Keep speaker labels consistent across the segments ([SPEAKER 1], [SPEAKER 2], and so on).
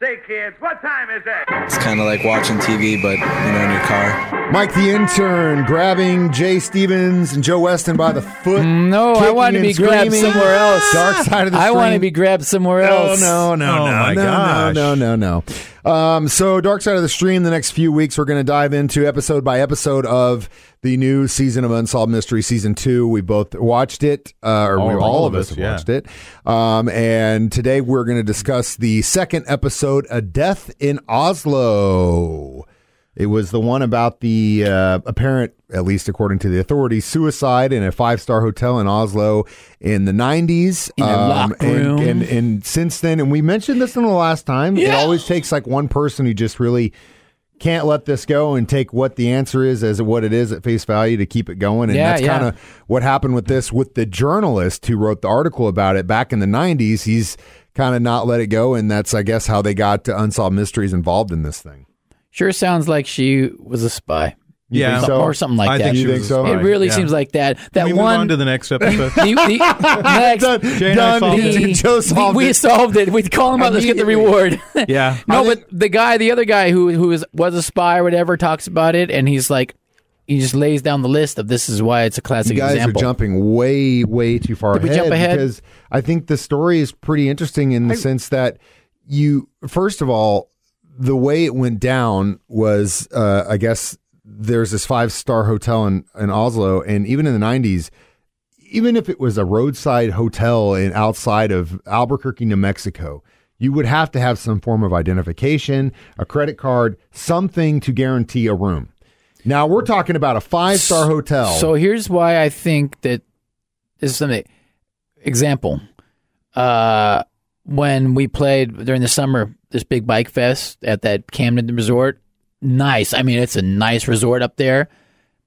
[SPEAKER 1] Say, kids, what time is it?
[SPEAKER 2] It's kind of like watching TV, but you know, in your car.
[SPEAKER 3] Mike the intern grabbing Jay Stevens and Joe Weston by the foot.
[SPEAKER 4] Mm, No, I
[SPEAKER 3] kicking
[SPEAKER 4] want to
[SPEAKER 3] and
[SPEAKER 4] be grabbed
[SPEAKER 3] screaming.
[SPEAKER 4] somewhere else.
[SPEAKER 3] Dark side of the
[SPEAKER 4] I want to
[SPEAKER 3] stream.
[SPEAKER 4] be grabbed somewhere else.
[SPEAKER 3] Oh no, no,
[SPEAKER 5] Oh,
[SPEAKER 3] no,
[SPEAKER 5] my
[SPEAKER 3] no,
[SPEAKER 5] gosh.
[SPEAKER 3] no, no, no, no. Um, so, Dark Side of the Stream. The next few weeks, we're going to dive into episode by episode of the new season of Unsolved Mystery, season two. We both watched it, uh, or we,
[SPEAKER 5] All-
[SPEAKER 3] all of us have
[SPEAKER 5] yeah.
[SPEAKER 3] watched it. Um, and today, we're going to discuss the second episode, "A Death in Oslo." It was the one about the uh, apparent, at least according to the authorities, suicide in a five-star hotel in Oslo in the '90s.
[SPEAKER 4] In a locked
[SPEAKER 3] and-
[SPEAKER 4] room.
[SPEAKER 3] and and since then, and we mentioned this in the last time, it
[SPEAKER 4] Yeah.
[SPEAKER 3] always takes like one person who just really can't let this go and take what the answer is as what it is at face value to keep it going. And
[SPEAKER 4] Yeah,
[SPEAKER 3] that's
[SPEAKER 4] yeah.
[SPEAKER 3] kind of what happened with this with the journalist who wrote the article about it back in the 90s. He's kind of not let it go. And that's, I guess, how they got to Unsolved Mysteries involved in this thing.
[SPEAKER 4] Sure sounds like she was a spy.
[SPEAKER 5] Yeah.
[SPEAKER 3] think so?
[SPEAKER 4] Or something like
[SPEAKER 5] I
[SPEAKER 4] that.
[SPEAKER 5] think she
[SPEAKER 3] You
[SPEAKER 5] was
[SPEAKER 3] think so?
[SPEAKER 5] a
[SPEAKER 4] It
[SPEAKER 5] spy.
[SPEAKER 4] really
[SPEAKER 5] Yeah.
[SPEAKER 4] seems like that. That
[SPEAKER 5] Can we move
[SPEAKER 4] one
[SPEAKER 5] on to the next episode.
[SPEAKER 4] the, the- next.
[SPEAKER 3] Done.
[SPEAKER 5] and I
[SPEAKER 3] Done.
[SPEAKER 5] solved
[SPEAKER 3] He-
[SPEAKER 4] The-
[SPEAKER 3] Joe
[SPEAKER 4] the-
[SPEAKER 3] solved
[SPEAKER 4] we
[SPEAKER 3] it.
[SPEAKER 4] solved it. We'd call him up. Let's get the reward.
[SPEAKER 5] Yeah.
[SPEAKER 4] no,
[SPEAKER 3] I think-
[SPEAKER 4] but the guy, the other guy who who is, was a spy or whatever, talks about it, and he's like, he just lays down the list of this is why it's a classic
[SPEAKER 3] You guys
[SPEAKER 4] example.
[SPEAKER 3] are jumping way, way too far
[SPEAKER 4] Did we
[SPEAKER 3] ahead,
[SPEAKER 4] jump ahead?
[SPEAKER 3] because I think the story is pretty interesting in the sense that you, first of all, the way it went down was, uh, I guess, there's this five star hotel in, in Oslo, and even in the 90s, even if it was a roadside hotel in outside of Albuquerque, New Mexico, you would have to have some form of identification, a credit card, something to guarantee a room. Now we're talking about a five star hotel.
[SPEAKER 4] So here's why I think that this is something. Example, uh, when we played during the summer, this big bike fest at that Camden Resort. Nice. I mean, it's a nice resort up there.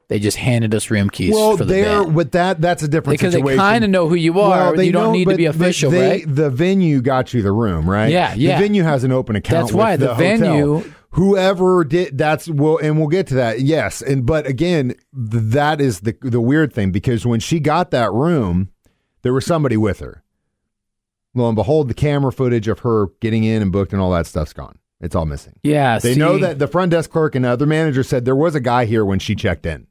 [SPEAKER 4] They just handed us room keys
[SPEAKER 3] well,
[SPEAKER 4] for the
[SPEAKER 3] there
[SPEAKER 4] band.
[SPEAKER 3] with that, that's a different
[SPEAKER 4] because
[SPEAKER 3] situation.
[SPEAKER 4] they kind of know who you are.
[SPEAKER 3] Well, they
[SPEAKER 4] you don't
[SPEAKER 3] know,
[SPEAKER 4] need
[SPEAKER 3] but-
[SPEAKER 4] to be
[SPEAKER 3] but
[SPEAKER 4] official,
[SPEAKER 3] they-
[SPEAKER 4] right?
[SPEAKER 3] The venue got you the room, right?
[SPEAKER 4] Yeah, yeah.
[SPEAKER 3] The venue has an open account.
[SPEAKER 4] That's why
[SPEAKER 3] with
[SPEAKER 4] the
[SPEAKER 3] the, hotel.
[SPEAKER 4] venue-
[SPEAKER 3] Whoever did that's well, and we'll get to that. Yes, and but again, th- that is the the weird thing because when she got that room, there was somebody with her. Lo and behold, the camera footage of her getting in and booked and all that stuff's gone. It's all missing.
[SPEAKER 4] Yeah,
[SPEAKER 3] They
[SPEAKER 4] see?
[SPEAKER 3] know that the front desk clerk and the other manager said there was a guy here when she checked in.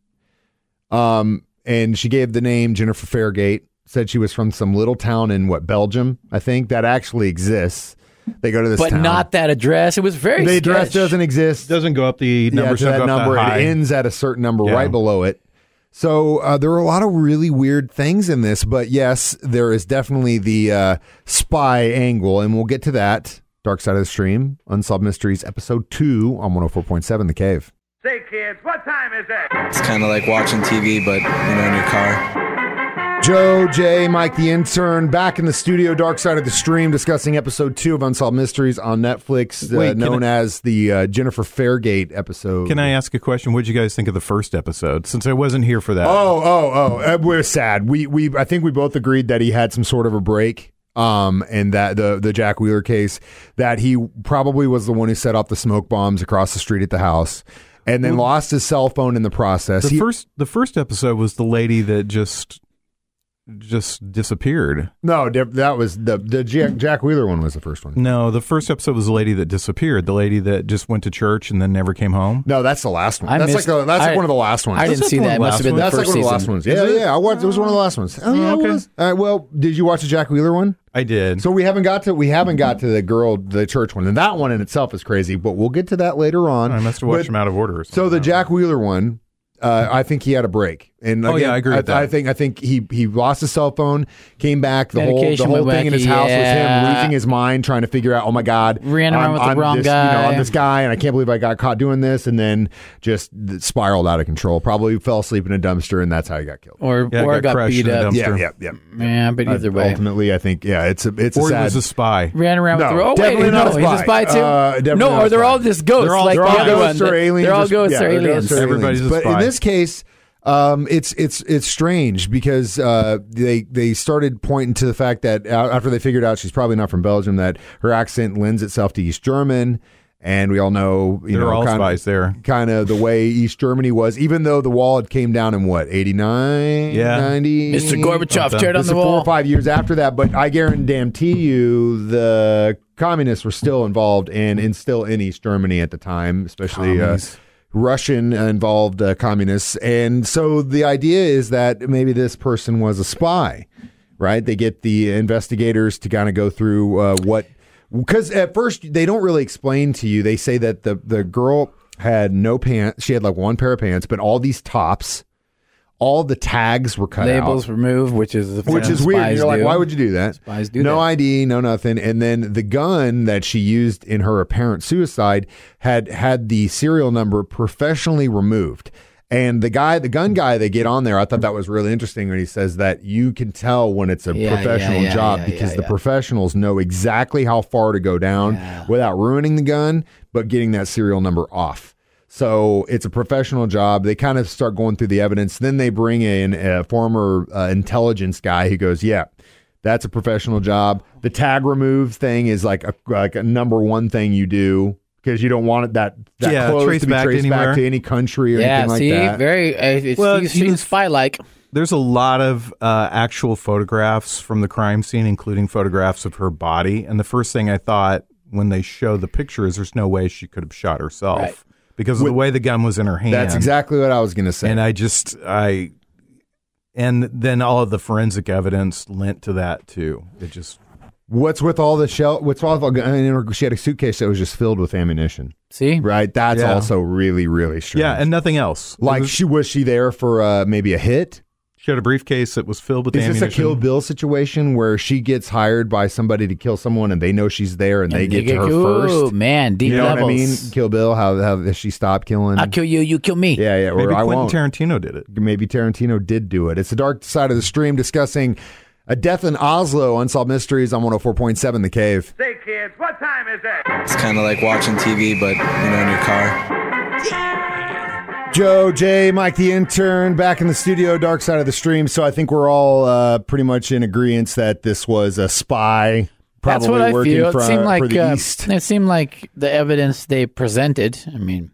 [SPEAKER 3] Um, and she gave the name Jennifer Fairgate, said she was from some little town in what, Belgium, I think, that actually exists. They go to this
[SPEAKER 4] but
[SPEAKER 3] town.
[SPEAKER 4] not that address. It was very.
[SPEAKER 3] the address
[SPEAKER 4] sketch.
[SPEAKER 3] doesn't exist.
[SPEAKER 5] Doesn't go up the
[SPEAKER 3] Yeah,
[SPEAKER 5] number.
[SPEAKER 3] to
[SPEAKER 5] so
[SPEAKER 3] that
[SPEAKER 5] go up
[SPEAKER 3] number.
[SPEAKER 5] high.
[SPEAKER 3] It ends at a certain number
[SPEAKER 5] Yeah.
[SPEAKER 3] right below it. So uh, there are a lot of really weird things in this, but yes, there is definitely the uh, spy angle, and we'll get to that. Dark Side of the Stream, Unsolved Mysteries, Episode 2 on 104.7 The Cave.
[SPEAKER 1] Say, kids, what time is it?
[SPEAKER 2] It's kind of like watching TV, but you know, in your car.
[SPEAKER 3] Joe, Jay, Mike the intern, back in the studio, Dark Side of the Stream, discussing Episode 2 of Unsolved Mysteries on Netflix, uh,
[SPEAKER 5] Wait, can
[SPEAKER 3] known
[SPEAKER 5] I-
[SPEAKER 3] as the uh, Jennifer Fairgate episode.
[SPEAKER 5] Can I ask a question? What did you guys think of the first episode? Since I wasn't here for that.
[SPEAKER 3] Oh, oh, oh! Uh, We're sad. We, we, I think we both agreed that he had some sort of a break. Um, and that the the Jack Wheeler case, that he probably was the one who set off the smoke bombs across the street at the house, and then lost his cell phone in the process.
[SPEAKER 5] the
[SPEAKER 3] He-
[SPEAKER 5] first the first episode was the lady that just just disappeared.
[SPEAKER 3] no, di- that was the the Jack, Jack Wheeler one was the first one.
[SPEAKER 5] No, the first episode was the lady that disappeared. The lady that just went to church and then never came home.
[SPEAKER 3] No, that's the last one.
[SPEAKER 4] I
[SPEAKER 3] that's
[SPEAKER 4] missed-
[SPEAKER 3] like the, that's like
[SPEAKER 4] I-
[SPEAKER 3] one of the last ones.
[SPEAKER 4] I
[SPEAKER 3] That's
[SPEAKER 4] didn't
[SPEAKER 5] That's
[SPEAKER 4] see
[SPEAKER 5] not
[SPEAKER 4] that.
[SPEAKER 5] the
[SPEAKER 4] It must
[SPEAKER 5] last
[SPEAKER 4] have been
[SPEAKER 5] one.
[SPEAKER 4] the
[SPEAKER 3] that's
[SPEAKER 4] first
[SPEAKER 3] like one of the last
[SPEAKER 4] season.
[SPEAKER 3] ones. Yeah, yeah. I watched. It was one of the last ones. Oh yeah,
[SPEAKER 5] okay.
[SPEAKER 3] it was. All right. Well, did you watch the Jack Wheeler one?
[SPEAKER 5] I did.
[SPEAKER 3] So we haven't got to we haven't got to the girl the church one, and that one in itself is crazy. But we'll get to that later on.
[SPEAKER 5] I must have watched
[SPEAKER 3] But-
[SPEAKER 5] them out of order. Or
[SPEAKER 3] So the
[SPEAKER 5] something.
[SPEAKER 3] Jack Wheeler one, uh, I think he had a break. And
[SPEAKER 5] Oh,
[SPEAKER 3] again,
[SPEAKER 5] yeah, I agree with that.
[SPEAKER 3] I think I think he he lost his cell phone, came back. The
[SPEAKER 4] Medication
[SPEAKER 3] whole the whole
[SPEAKER 4] went
[SPEAKER 3] thing in
[SPEAKER 4] wacky,
[SPEAKER 3] his house was him
[SPEAKER 4] yeah.
[SPEAKER 3] losing his mind, trying to figure out. Oh my God,
[SPEAKER 4] Ran around
[SPEAKER 3] I'm-
[SPEAKER 4] with the
[SPEAKER 3] I'm
[SPEAKER 4] wrong
[SPEAKER 3] this, You know,
[SPEAKER 4] guy.
[SPEAKER 3] I'm this guy, and I can't believe I got caught doing this. And then just spiraled out of control. Probably fell asleep in a dumpster, and that's how he got killed.
[SPEAKER 4] Or
[SPEAKER 5] Yeah,
[SPEAKER 4] or
[SPEAKER 5] got
[SPEAKER 4] got
[SPEAKER 5] crushed
[SPEAKER 4] beat
[SPEAKER 5] in the
[SPEAKER 4] up.
[SPEAKER 5] Oh, dumpster.
[SPEAKER 3] Yeah,
[SPEAKER 5] Sure.
[SPEAKER 3] yeah, yeah.
[SPEAKER 4] Yeah, but either way,
[SPEAKER 3] Ultimately, I think yeah, it's a it's a
[SPEAKER 5] or
[SPEAKER 3] sad.
[SPEAKER 5] it was a spy.
[SPEAKER 4] ran around
[SPEAKER 3] No,
[SPEAKER 4] with the oh,
[SPEAKER 3] definitely
[SPEAKER 4] wait,
[SPEAKER 3] not
[SPEAKER 4] no,
[SPEAKER 3] a
[SPEAKER 4] he's a
[SPEAKER 3] spy.
[SPEAKER 4] spy too.
[SPEAKER 3] Uh, definitely
[SPEAKER 4] no,
[SPEAKER 3] not a
[SPEAKER 4] or they're
[SPEAKER 3] spy.
[SPEAKER 4] all just ghosts.
[SPEAKER 5] They're all-
[SPEAKER 4] like
[SPEAKER 3] they're
[SPEAKER 4] the
[SPEAKER 3] all
[SPEAKER 4] other
[SPEAKER 3] ghosts
[SPEAKER 4] one.
[SPEAKER 3] or aliens.
[SPEAKER 4] They're all
[SPEAKER 3] or-
[SPEAKER 4] ghosts
[SPEAKER 3] yeah,
[SPEAKER 4] or
[SPEAKER 3] they're
[SPEAKER 4] aliens.
[SPEAKER 3] ghosts or
[SPEAKER 5] Everybody's
[SPEAKER 3] aliens.
[SPEAKER 5] a
[SPEAKER 3] But in
[SPEAKER 5] spy.
[SPEAKER 3] this case, um, it's it's it's strange because uh, they they started pointing to the fact that uh, after they figured out she's probably not from Belgium, that her accent lends itself to East German, and we all know you
[SPEAKER 5] They're
[SPEAKER 3] know
[SPEAKER 5] all
[SPEAKER 3] kind
[SPEAKER 5] spies
[SPEAKER 3] of,
[SPEAKER 5] there.
[SPEAKER 3] Kind of the way East Germany was, even though the wall had came down in what eighty nine,
[SPEAKER 5] Yeah.
[SPEAKER 3] ninety.
[SPEAKER 4] Mr. Gorbachev, tear down
[SPEAKER 3] This is
[SPEAKER 4] the
[SPEAKER 3] four or
[SPEAKER 4] wall.
[SPEAKER 3] five years after that, but I guarantee you the communists were still involved in and still in East Germany at the time, especially uh, Russian involved uh, communists. And so the idea is that maybe this person was a spy, right? They get the investigators to kind of go through uh, what, because at first they don't really explain to you. They say that the, the girl had no pants, she had like one pair of pants, but all these tops. All the tags were cut out
[SPEAKER 4] Labels removed, which is
[SPEAKER 3] which is weird. You're like, why would you do that?
[SPEAKER 4] Spies do
[SPEAKER 3] no
[SPEAKER 4] that.
[SPEAKER 3] ID, no nothing. And then the gun that she used in her apparent suicide had had the serial number professionally removed. And the guy, the gun guy, they get on there. I thought that was really interesting when he says that you can tell when it's a
[SPEAKER 4] Yeah, yeah,
[SPEAKER 3] professional
[SPEAKER 4] yeah,
[SPEAKER 3] job
[SPEAKER 4] yeah,
[SPEAKER 3] because
[SPEAKER 4] yeah,
[SPEAKER 3] the
[SPEAKER 4] yeah.
[SPEAKER 3] professionals know exactly how far to go down without ruining the gun, but getting that serial number off. So it's a professional job. They kind of start going through the evidence. Then they bring in a former uh, intelligence guy who goes, "Yeah, that's a professional job." The tag remove thing is like a like a number one thing you do because you don't want it that that
[SPEAKER 5] Yeah,
[SPEAKER 3] clothes
[SPEAKER 5] trace
[SPEAKER 3] to be
[SPEAKER 5] back
[SPEAKER 3] traced
[SPEAKER 5] anywhere.
[SPEAKER 3] back to any country or
[SPEAKER 4] Yeah,
[SPEAKER 3] anything like
[SPEAKER 4] see,
[SPEAKER 3] that.
[SPEAKER 4] very. Uh, it's,
[SPEAKER 5] Well,
[SPEAKER 4] you
[SPEAKER 5] you
[SPEAKER 4] see,
[SPEAKER 5] can-
[SPEAKER 4] spy like.
[SPEAKER 5] There's a lot of uh, actual photographs from the crime scene, including photographs of her body. And the first thing I thought when they show the picture is there's no way she could have shot herself
[SPEAKER 4] Right.
[SPEAKER 5] because of the way the gun was in her hand.
[SPEAKER 3] That's exactly what I was going to say.
[SPEAKER 5] And I just, I, and then all of the forensic evidence lent to that too. It just,
[SPEAKER 3] What's with all the shell? What's with all? I mean, she had a suitcase that was just filled with ammunition,
[SPEAKER 4] See,
[SPEAKER 3] right? That's
[SPEAKER 5] Yeah.
[SPEAKER 3] also really, really strange.
[SPEAKER 5] yeah, and nothing else. It
[SPEAKER 3] like
[SPEAKER 5] was-
[SPEAKER 3] she was she there for uh, maybe a hit?
[SPEAKER 5] she had a briefcase that was filled with
[SPEAKER 3] Is
[SPEAKER 5] ammunition.
[SPEAKER 3] this a Kill Bill situation where she gets hired by somebody to kill someone and they know she's there and, they
[SPEAKER 4] And
[SPEAKER 3] get
[SPEAKER 4] you
[SPEAKER 3] to her
[SPEAKER 4] ooh,
[SPEAKER 3] first?
[SPEAKER 4] man, deep
[SPEAKER 3] You know
[SPEAKER 4] levels.
[SPEAKER 3] what I mean? Kill Bill. How how she stopped killing?
[SPEAKER 4] I'll kill you. You kill me.
[SPEAKER 3] yeah, yeah. Or
[SPEAKER 5] Maybe
[SPEAKER 3] I
[SPEAKER 5] Quentin
[SPEAKER 3] won't.
[SPEAKER 5] Tarantino did it.
[SPEAKER 3] maybe Tarantino did do it. It's the dark side of the stream discussing a death in Oslo, unsolved mysteries on 104.7 The Cave.
[SPEAKER 1] Say, kids, what time is it?
[SPEAKER 2] It's kind of like watching TV, but you know, in your car.
[SPEAKER 3] Joe, Jay, Mike the intern, back in the studio, dark side of the stream. So I think we're all uh, pretty much in agreement that this was a spy, probably
[SPEAKER 4] That's what I
[SPEAKER 3] working
[SPEAKER 4] feel. It
[SPEAKER 3] for,
[SPEAKER 4] seemed like
[SPEAKER 3] for the
[SPEAKER 4] uh,
[SPEAKER 3] East.
[SPEAKER 4] it seemed like the evidence they presented. I mean,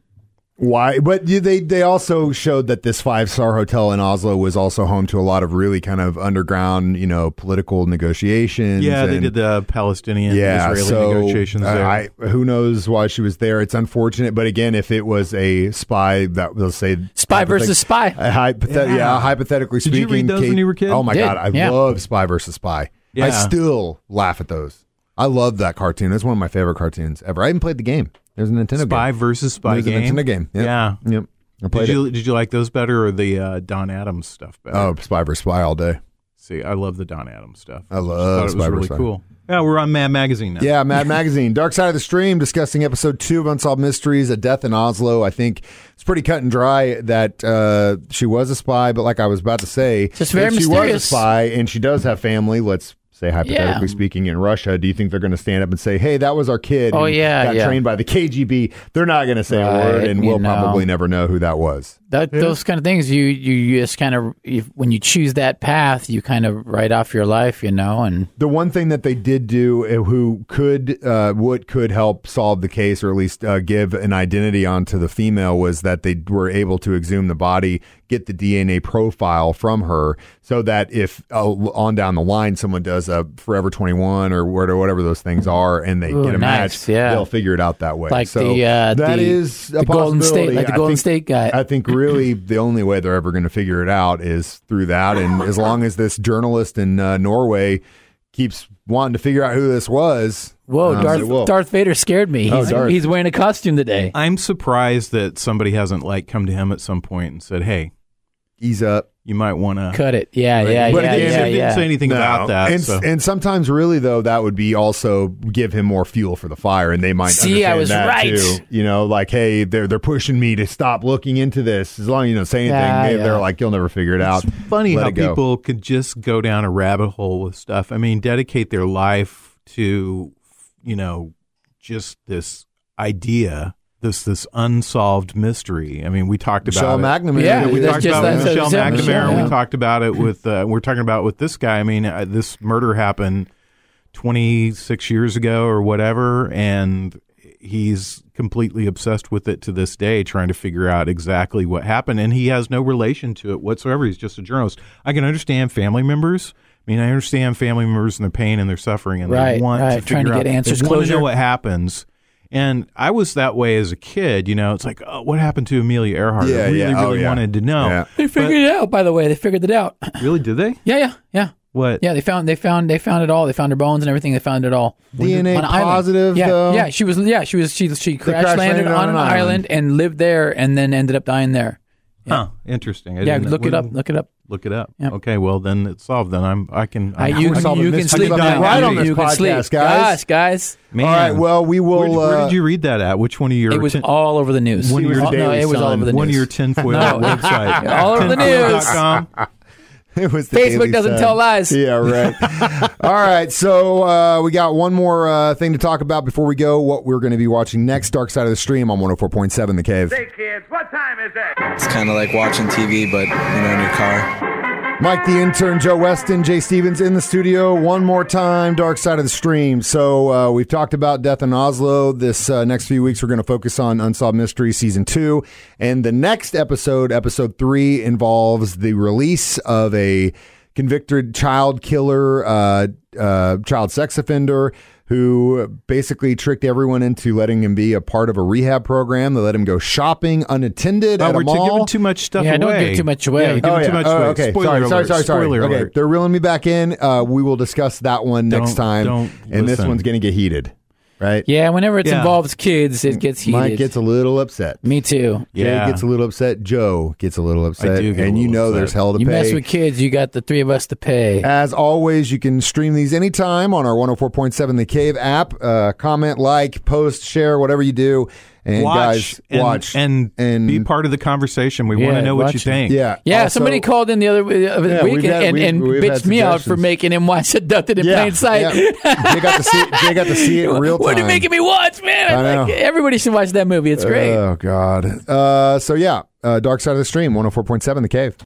[SPEAKER 3] Why? But you- they they also showed that this five star hotel in Oslo was also home to a lot of really kind of underground, you know, political negotiations.
[SPEAKER 5] Yeah, they
[SPEAKER 3] and-
[SPEAKER 5] did the Palestinian
[SPEAKER 3] yeah,
[SPEAKER 5] Israeli
[SPEAKER 3] so
[SPEAKER 5] negotiations
[SPEAKER 3] uh,
[SPEAKER 5] there.
[SPEAKER 3] I, who knows why she was there? It's unfortunate, but again, if it was a spy, that will say
[SPEAKER 4] Spy versus spy.
[SPEAKER 3] A hypothet- yeah. hypothetically
[SPEAKER 5] Did
[SPEAKER 3] speaking.
[SPEAKER 5] you read those when you were a kid?
[SPEAKER 3] Oh my
[SPEAKER 4] Did,
[SPEAKER 3] god, I
[SPEAKER 4] yeah.
[SPEAKER 3] love Spy versus Spy. I
[SPEAKER 5] Yeah.
[SPEAKER 3] still laugh at those. I love that cartoon. That's one of my favorite cartoons ever. I even played the game. There's a Nintendo
[SPEAKER 5] spy
[SPEAKER 3] game.
[SPEAKER 5] versus spy
[SPEAKER 3] There's
[SPEAKER 5] game.
[SPEAKER 3] a Nintendo game. Yep.
[SPEAKER 5] Yeah.
[SPEAKER 3] Yep. I played
[SPEAKER 5] Did
[SPEAKER 3] it.
[SPEAKER 5] you did you like those better or the uh, Don Adams stuff better?
[SPEAKER 3] Oh, Spy versus Spy all day.
[SPEAKER 5] see, I love the Don Adams stuff.
[SPEAKER 3] I
[SPEAKER 5] Thought
[SPEAKER 3] love
[SPEAKER 5] it
[SPEAKER 3] Spy
[SPEAKER 5] was really
[SPEAKER 3] versus Spy.
[SPEAKER 5] cool. Yeah, we're on Mad Magazine now.
[SPEAKER 3] Yeah, Mad Magazine, Dark Side of the Stream, discussing episode two of Unsolved Mysteries, A Death in Oslo. I think it's pretty cut and dry that uh, she was a spy, but like I was about to say,
[SPEAKER 4] Just very
[SPEAKER 3] if she was
[SPEAKER 4] mysterious.
[SPEAKER 3] a spy and she does have family, let's say hypothetically speaking, in Russia, do you think they're going to stand up and say, hey, that was our kid?
[SPEAKER 4] Oh,
[SPEAKER 3] and
[SPEAKER 4] yeah,
[SPEAKER 3] Got
[SPEAKER 4] yeah.
[SPEAKER 3] trained by the KGB. They're not going to say a word,
[SPEAKER 4] Right,
[SPEAKER 3] and
[SPEAKER 4] you
[SPEAKER 3] we'll
[SPEAKER 4] know.
[SPEAKER 3] probably never know who that was.
[SPEAKER 4] that, those kind of things. You you you just kind of if, when you choose that path, you kind of write off your life, you know, and
[SPEAKER 3] The one thing that they did do, uh, who could, uh, what could help solve the case, or at least uh, give an identity onto the female, was that they were able to exhume the body, get the DNA profile from her, so that if uh, on down the line someone does a Forever Twenty One or whatever, whatever those things are, and they
[SPEAKER 4] Ooh,
[SPEAKER 3] get a
[SPEAKER 4] nice,
[SPEAKER 3] match,
[SPEAKER 4] yeah.
[SPEAKER 3] they'll figure it out that way.
[SPEAKER 4] Like
[SPEAKER 3] so
[SPEAKER 4] the, uh,
[SPEAKER 3] that
[SPEAKER 4] the-
[SPEAKER 3] is a
[SPEAKER 4] the Golden State-
[SPEAKER 3] possibility.
[SPEAKER 4] like the
[SPEAKER 3] I
[SPEAKER 4] Golden
[SPEAKER 3] think-
[SPEAKER 4] State guy.
[SPEAKER 3] I think really the only way they're ever going to figure it out is through that. And as long as this journalist in uh, Norway keeps wanting to figure out who this was,
[SPEAKER 4] Uh, whoa,
[SPEAKER 3] um, they will.
[SPEAKER 4] Darth Darth Vader scared me.
[SPEAKER 3] Oh,
[SPEAKER 4] He's,
[SPEAKER 3] Darth.
[SPEAKER 4] he's wearing a costume today.
[SPEAKER 5] I'm surprised that somebody hasn't like come to him at some point and said, "Hey,
[SPEAKER 3] he's up.
[SPEAKER 5] you might want to."
[SPEAKER 4] Cut it. Yeah, yeah,
[SPEAKER 3] But
[SPEAKER 4] yeah,
[SPEAKER 3] again,
[SPEAKER 4] yeah,
[SPEAKER 5] didn't
[SPEAKER 4] yeah.
[SPEAKER 5] say anything about that.
[SPEAKER 3] and,
[SPEAKER 5] so.
[SPEAKER 3] and sometimes, really though, that would be also give him more fuel for the fire, and they might
[SPEAKER 4] See, I
[SPEAKER 3] understand
[SPEAKER 4] was
[SPEAKER 3] that,
[SPEAKER 4] right.
[SPEAKER 3] Too. You know, like hey, they're they're pushing me to stop looking into this. As long as you don't say anything,
[SPEAKER 4] Yeah,
[SPEAKER 3] they,
[SPEAKER 4] yeah.
[SPEAKER 3] they're like, you'll never figure it out.
[SPEAKER 5] funny
[SPEAKER 3] Let
[SPEAKER 5] how
[SPEAKER 3] it go.
[SPEAKER 5] people could just go down a rabbit hole with stuff. I mean, dedicate their life to, you know, just this idea, this this unsolved mystery. I mean, we talked about
[SPEAKER 3] Michelle
[SPEAKER 5] it.
[SPEAKER 3] McNamara.
[SPEAKER 4] Yeah,
[SPEAKER 5] we
[SPEAKER 4] that's
[SPEAKER 5] talked
[SPEAKER 4] just-
[SPEAKER 5] about it with
[SPEAKER 4] that's-
[SPEAKER 5] Michelle
[SPEAKER 4] that's-
[SPEAKER 5] McNamara.
[SPEAKER 4] yeah.
[SPEAKER 5] We talked about it with uh, we're talking about it with this guy. I mean, uh, this murder happened 26 years ago or whatever, and he's completely obsessed with it to this day, trying to figure out exactly what happened. And he has no relation to it whatsoever. He's just a journalist. I can understand family members. I I mean, I understand family members and their pain and their suffering, and
[SPEAKER 4] Right,
[SPEAKER 5] they want
[SPEAKER 4] right.
[SPEAKER 5] to
[SPEAKER 4] Trying to
[SPEAKER 5] figure
[SPEAKER 4] get
[SPEAKER 5] out-
[SPEAKER 4] answers,
[SPEAKER 5] They want to
[SPEAKER 4] closure.
[SPEAKER 5] know what happens. And I was that way as a kid. You know, it's like, oh, what happened to Amelia Earhart?
[SPEAKER 3] Yeah,
[SPEAKER 5] I really,
[SPEAKER 3] yeah.
[SPEAKER 5] really
[SPEAKER 3] Oh, yeah.
[SPEAKER 5] wanted to know.
[SPEAKER 3] Yeah.
[SPEAKER 4] They figured it out, by the way. They figured it out.
[SPEAKER 5] Really, did they?
[SPEAKER 4] Yeah, yeah, yeah,
[SPEAKER 5] What?
[SPEAKER 4] yeah. They found, they found, they found it all. They found her bones and everything. They found it all.
[SPEAKER 3] DNA
[SPEAKER 4] on an island.
[SPEAKER 3] positive,
[SPEAKER 4] Yeah,
[SPEAKER 3] though?
[SPEAKER 4] yeah. She was, yeah, she was, she she crash,
[SPEAKER 3] crash
[SPEAKER 4] landed, on an island. and lived there, and then ended up dying there.
[SPEAKER 5] Huh. Interesting. I
[SPEAKER 4] Yeah,
[SPEAKER 5] didn't-
[SPEAKER 4] look it up.
[SPEAKER 5] wouldn't-
[SPEAKER 4] Look it up.
[SPEAKER 5] Look it up.
[SPEAKER 4] Yep.
[SPEAKER 5] Okay. Well, then it's solved. Then I'm. I can.
[SPEAKER 4] I,
[SPEAKER 5] I'm-
[SPEAKER 4] you,
[SPEAKER 3] solve
[SPEAKER 4] you
[SPEAKER 3] the
[SPEAKER 4] can
[SPEAKER 3] mystery.
[SPEAKER 4] sleep
[SPEAKER 5] I can
[SPEAKER 4] now.
[SPEAKER 5] die right on
[SPEAKER 3] this
[SPEAKER 4] you can
[SPEAKER 3] podcast,
[SPEAKER 4] sleep.
[SPEAKER 3] guys.
[SPEAKER 4] Gosh, guys.
[SPEAKER 5] Man.
[SPEAKER 3] All right. Well, we will.
[SPEAKER 5] where, did- where
[SPEAKER 3] uh,
[SPEAKER 5] did you read that at? Which one of your?
[SPEAKER 4] It was
[SPEAKER 5] tin-
[SPEAKER 4] all over the news.
[SPEAKER 5] One of
[SPEAKER 4] It was
[SPEAKER 5] your
[SPEAKER 4] all- no,
[SPEAKER 5] Daily
[SPEAKER 4] it was all
[SPEAKER 5] Sun,
[SPEAKER 4] over the
[SPEAKER 5] One of
[SPEAKER 4] news.
[SPEAKER 5] your tinfoil
[SPEAKER 4] No.
[SPEAKER 5] website.
[SPEAKER 4] All over the news.
[SPEAKER 5] Tinfoil.com.
[SPEAKER 3] It was the
[SPEAKER 4] Facebook
[SPEAKER 3] Daily
[SPEAKER 4] doesn't
[SPEAKER 3] Sun.
[SPEAKER 4] tell lies.
[SPEAKER 3] Yeah, right. All right, so uh, we got one more uh, thing to talk about before we go. What we're going to be watching next, Dark Side of the Stream on 104.7 The Cave.
[SPEAKER 1] Say, kids, what time is it?
[SPEAKER 2] It's kind of like watching TV, but you know, in your car.
[SPEAKER 3] Mike the intern, Joe Weston, Jay Stevens in the studio one more time. Dark Side of the Stream. So uh, we've talked about Death in Oslo. This uh, next few weeks, we're going to focus on Unsolved Mystery Season Two, and the next episode, Episode Three, involves the release of a convicted child killer, uh, uh, child sex offender. Who basically tricked everyone into letting him be a part of a rehab program? They let him go shopping unattended
[SPEAKER 5] Oh,
[SPEAKER 3] at a
[SPEAKER 5] we're
[SPEAKER 3] mall.
[SPEAKER 5] giving too much stuff
[SPEAKER 4] Yeah,
[SPEAKER 5] away.
[SPEAKER 4] don't give too much away.
[SPEAKER 5] Yeah, we're giving
[SPEAKER 3] Oh,
[SPEAKER 5] too
[SPEAKER 3] yeah.
[SPEAKER 5] much
[SPEAKER 3] Oh,
[SPEAKER 5] away.
[SPEAKER 3] Okay.
[SPEAKER 5] Spoiler
[SPEAKER 3] sorry,
[SPEAKER 5] alert.
[SPEAKER 3] sorry, sorry, sorry.
[SPEAKER 5] Spoiler
[SPEAKER 3] okay,
[SPEAKER 5] alert.
[SPEAKER 3] they're reeling me back in. Uh, we will discuss that one next
[SPEAKER 5] Don't-
[SPEAKER 3] time.
[SPEAKER 5] don't
[SPEAKER 3] and this
[SPEAKER 5] listen.
[SPEAKER 3] one's going to get heated, right?
[SPEAKER 4] Yeah, whenever it
[SPEAKER 5] Yeah.
[SPEAKER 4] involves kids, it gets heated.
[SPEAKER 3] Mike gets a little upset.
[SPEAKER 4] Me too.
[SPEAKER 5] Yeah.
[SPEAKER 3] Jay gets a little upset. Joe gets a little upset.
[SPEAKER 5] do get a
[SPEAKER 3] and you
[SPEAKER 5] little
[SPEAKER 3] know
[SPEAKER 5] upset.
[SPEAKER 3] there's hell to
[SPEAKER 4] You
[SPEAKER 3] pay. Uh,
[SPEAKER 4] mess with kids, you got the three of us to pay.
[SPEAKER 3] As always, you can stream these anytime on our 104.7 The Cave app. Uh, comment, like, post, share, whatever you do. And guys,
[SPEAKER 5] and,
[SPEAKER 3] watch.
[SPEAKER 5] and, be part of the conversation. We want
[SPEAKER 4] Yeah,
[SPEAKER 5] to know what
[SPEAKER 4] watch
[SPEAKER 5] you
[SPEAKER 4] it.
[SPEAKER 5] think.
[SPEAKER 3] Yeah.
[SPEAKER 4] Yeah,
[SPEAKER 3] Also-
[SPEAKER 4] somebody called in the other uh, other
[SPEAKER 3] Yeah,
[SPEAKER 4] week
[SPEAKER 3] we've had-
[SPEAKER 4] and,
[SPEAKER 3] we've-
[SPEAKER 4] and
[SPEAKER 3] we've had
[SPEAKER 4] bitched me out for
[SPEAKER 3] suggestions.
[SPEAKER 4] making him watch Abducted in
[SPEAKER 3] Yeah,
[SPEAKER 4] Plain Sight.
[SPEAKER 3] yeah. Jay got to see, Jay got to see it in real time.
[SPEAKER 4] What are you making me watch, man?
[SPEAKER 3] I
[SPEAKER 4] I'm like,
[SPEAKER 3] know.
[SPEAKER 4] everybody should watch that movie. It's great.
[SPEAKER 3] uh, Oh God. Uh, so yeah, uh, Dark Side of the Stream, one hundred four point seven, The Cave.